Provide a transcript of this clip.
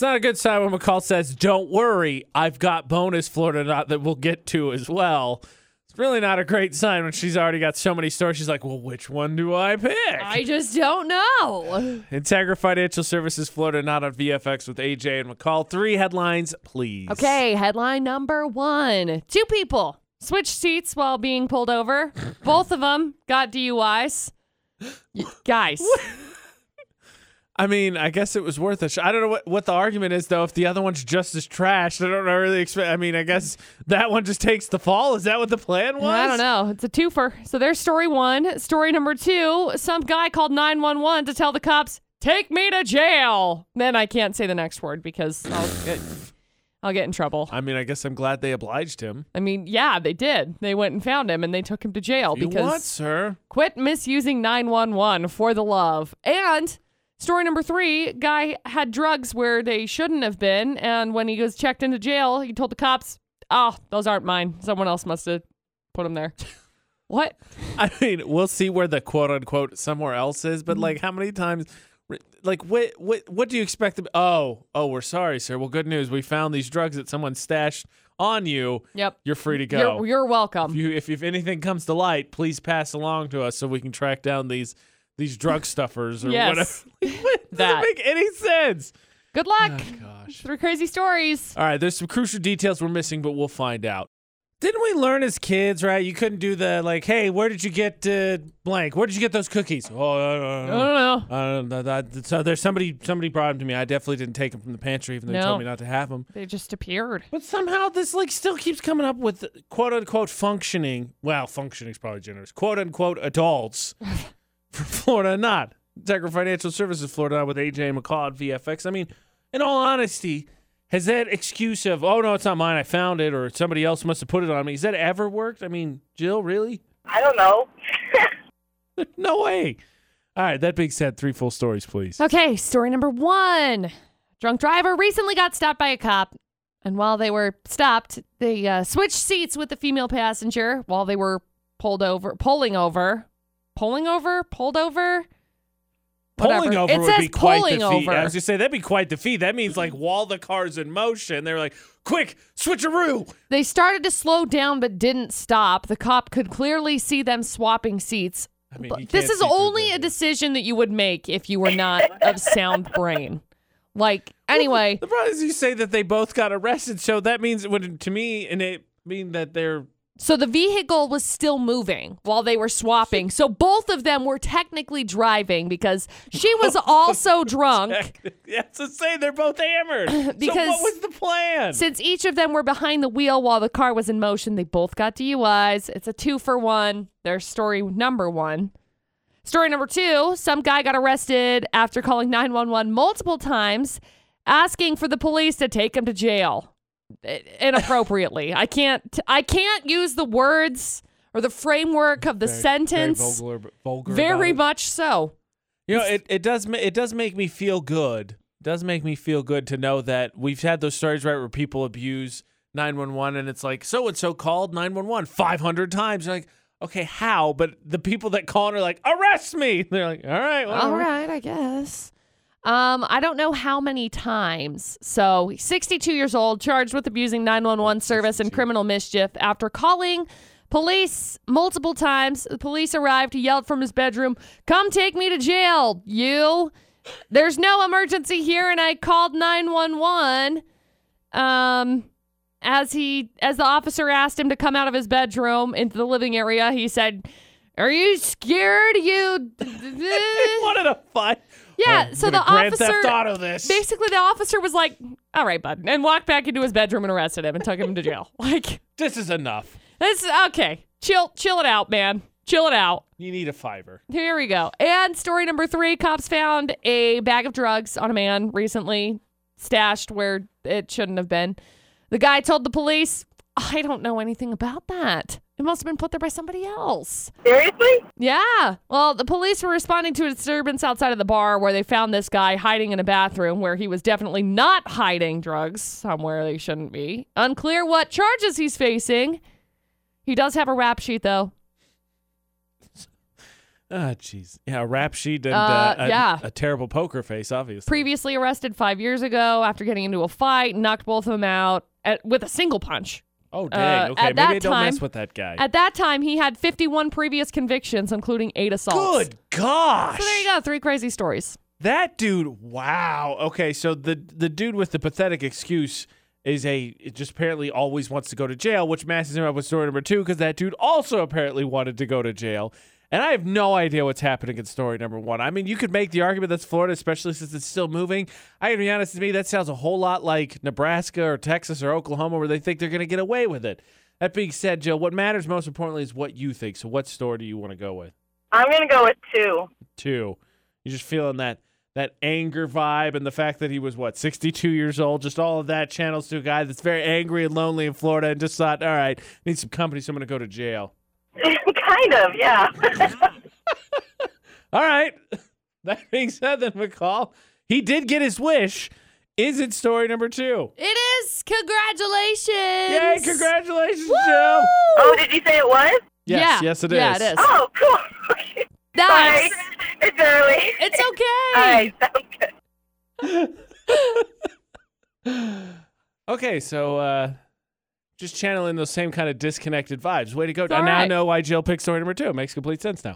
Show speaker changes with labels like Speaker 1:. Speaker 1: not a good sign when McCall says, "Don't worry, I've got bonus Florida not that we'll get to as well." It's really not a great sign when she's already got so many stories. She's like, "Well, which one do I pick?"
Speaker 2: I just don't know.
Speaker 1: Integra Financial Services Florida not on VFX with AJ and McCall. Three headlines, please.
Speaker 2: Okay, headline number one two people switched seats while being pulled over. Both of them got DUIs. Y- Guys,
Speaker 1: I mean, I guess it was worth a shot. I don't know what, what the argument is though. If the other one's just as trash, I don't really expect. I mean, I guess that one just takes the fall. Is that what the plan was?
Speaker 2: I don't know. It's a twofer. So there's story one. Story number two some guy called 911 to tell the cops, take me to jail. Then I can't say the next word because I'll get, I'll get in trouble.
Speaker 1: I mean, I guess I'm glad they obliged him.
Speaker 2: I mean, yeah, they did. They went and found him and they took him to jail
Speaker 1: You
Speaker 2: because
Speaker 1: what, sir?
Speaker 2: quit misusing 911 for the love. And story number three guy had drugs where they shouldn't have been. And when he was checked into jail, he told the cops, oh, those aren't mine. Someone else must have put them there. what?
Speaker 1: I mean, we'll see where the quote unquote somewhere else is, but
Speaker 2: Mm-hmm.
Speaker 1: like, how many times? Like, what, what, what do you expect? To, oh, oh, we're sorry, sir. Well, good news. We found these drugs that someone stashed on you.
Speaker 2: Yep.
Speaker 1: You're free to go.
Speaker 2: You're, you're welcome.
Speaker 1: if, you, if if anything comes to light, please pass along to us so we can track down these these drug stuffers or
Speaker 2: Yes.
Speaker 1: whatever. Like, what?
Speaker 2: That.
Speaker 1: Doesn't make any sense.
Speaker 2: Good luck.
Speaker 1: Gosh.
Speaker 2: Three crazy stories.
Speaker 1: All right, there's some crucial details we're missing, but we'll find out. Didn't we learn as kids, right? You couldn't do the like, hey, where did you get uh, blank? Where did you get those cookies? Oh, I don't know.
Speaker 2: I don't know.
Speaker 1: I don't know. That- so there's somebody somebody brought them to me. I definitely didn't take them from the pantry, even though they
Speaker 2: No.
Speaker 1: told me not to have them.
Speaker 2: They just appeared.
Speaker 1: But somehow this like still keeps coming up with quote unquote functioning. Well, functioning's probably generous. Quote unquote adults for Florida not. Tiger Financial Services Florida Not with AJ McCall at VFX. I mean, in all honesty, has that excuse of oh no, it's not mine, I found it, or somebody else must have put it on me, has that ever worked? I mean, Jill, really?
Speaker 3: I don't know.
Speaker 1: No way. All right, that being said, three full stories, please.
Speaker 2: Okay, story number one. Drunk driver recently got stopped by a cop. And while they were stopped, they uh, switched seats with the female passenger while they were pulled over, pulling over, pulling over, pulled over.
Speaker 1: Pulling
Speaker 2: Whatever.
Speaker 1: over
Speaker 2: it
Speaker 1: would
Speaker 2: says
Speaker 1: be quite
Speaker 2: pulling
Speaker 1: the feat.
Speaker 2: over.
Speaker 1: I was just say that'd be quite the feat. That means like while the car's in motion, they're like, "Quick, switcheroo!"
Speaker 2: They started to slow down but didn't stop. The cop could clearly see them swapping seats.
Speaker 1: I mean,
Speaker 2: But
Speaker 1: you
Speaker 2: this
Speaker 1: can't
Speaker 2: is
Speaker 1: see through
Speaker 2: only a
Speaker 1: that.
Speaker 2: decision that you would make if you were not of sound brain. Like, anyway,
Speaker 1: The problem is you say that they both got arrested, so that means it would to me, and it mean that they're
Speaker 2: so the vehicle was still moving while they were swapping. So both of them were technically driving because she was also drunk.
Speaker 1: yeah. So say they're both hammered. so
Speaker 2: Because-
Speaker 1: what was the plan?
Speaker 2: Since each of them were behind the wheel while the car was in motion, they both got DUIs. It's a two for one. There's story number one. Story number two some guy got arrested after calling 911 multiple times, asking for the police to take him to jail I- inappropriately. I can't, I can't use the words or the framework of the sentence.
Speaker 1: Very, vulgar, vulgar
Speaker 2: Very
Speaker 1: about
Speaker 2: much so.
Speaker 1: it. You know, it, it does ma- it does make me feel good. It does make me feel good to know that we've had those stories right where people abuse 911 and it's like so and so called 911 500 times. You're like, okay, how? But the people that call and are like, arrest me. They're like, all right,
Speaker 2: All
Speaker 1: whatever.
Speaker 2: right, I guess. Um, I don't know how many times. So, 62 years old, charged with abusing 911 service and criminal mischief after calling police multiple times. The police arrived. He yelled from his bedroom, "Come take me to jail, you! There's no emergency here." And I called 911. Um, as he as the officer asked him to come out of his bedroom into the living area, he said, "Are you scared? You."
Speaker 1: They wanted a fight.
Speaker 2: Yeah,
Speaker 1: Oh, I'm
Speaker 2: so
Speaker 1: gonna
Speaker 2: the
Speaker 1: Grand
Speaker 2: officer-
Speaker 1: Theft Auto this.
Speaker 2: Basically, the officer was like, "All right, bud," and walked back into his bedroom and arrested him and took him to jail. Like,
Speaker 1: this is enough.
Speaker 2: this is okay. Chill, chill it out, man. Chill it out.
Speaker 1: You need a fiver.
Speaker 2: Here we go. And story number three: cops found a bag of drugs on a man recently stashed where it shouldn't have been. The guy told the police, "I don't know anything about that. It must have been put there by somebody else."
Speaker 3: Seriously?
Speaker 2: Yeah. Well, the police were responding to a disturbance outside of the bar where they found this guy hiding in a bathroom where he was definitely not hiding drugs somewhere they shouldn't be. Unclear what charges he's facing. He does have a rap sheet, though.
Speaker 1: Ah, jeez. Yeah, a rap sheet and uh,
Speaker 2: Uh,
Speaker 1: a,
Speaker 2: yeah.
Speaker 1: a terrible poker face, obviously.
Speaker 2: Previously arrested five years ago after getting into a fight, knocked both of them out at, with a single punch.
Speaker 1: oh, dang.
Speaker 2: uh,
Speaker 1: okay,
Speaker 2: at
Speaker 1: maybe
Speaker 2: that
Speaker 1: I don't mess
Speaker 2: time-
Speaker 1: with that guy.
Speaker 2: At that time, he had 51 previous convictions, including eight assaults.
Speaker 1: Good gosh.
Speaker 2: So there you go, three crazy stories.
Speaker 1: That dude, wow. Okay, so the the dude with the pathetic excuse is a just apparently always wants to go to jail, which matches him up with story number two because that dude also apparently wanted to go to jail. And I have no idea what's happening in story number one. I mean, you could make the argument that's Florida, especially since it's still moving. I gotta be honest, to me, that sounds a whole lot like Nebraska or Texas or Oklahoma, where they think they're gonna get away with it. That being said, Jill, what matters most importantly is what you think. So, what story do you want to go with?
Speaker 3: I'm gonna go with two.
Speaker 1: too. You're just feeling that that anger vibe and the fact that he was what 62 years old. Just all of that channels to a guy that's very angry and lonely in Florida, and just thought, all right, need some company, so I'm gonna go to jail.
Speaker 3: kind of, yeah.
Speaker 1: All right. That being said, then McCall, he did get his wish. Is it story number two?
Speaker 2: It is. Congratulations.
Speaker 1: Yay! Congratulations, Jill.
Speaker 3: oh, did you say it was?
Speaker 1: Yes, yes, it is.
Speaker 2: Yeah, it is.
Speaker 3: Oh, cool. Okay, Sorry,
Speaker 2: That's,
Speaker 3: it's early.
Speaker 2: it's okay.
Speaker 3: All right, sounds good.
Speaker 1: Okay, so uh just channeling those same kind of disconnected vibes. Way to go.
Speaker 2: all
Speaker 1: now I
Speaker 2: right.
Speaker 1: know why Jill picked story number two. It makes complete sense now.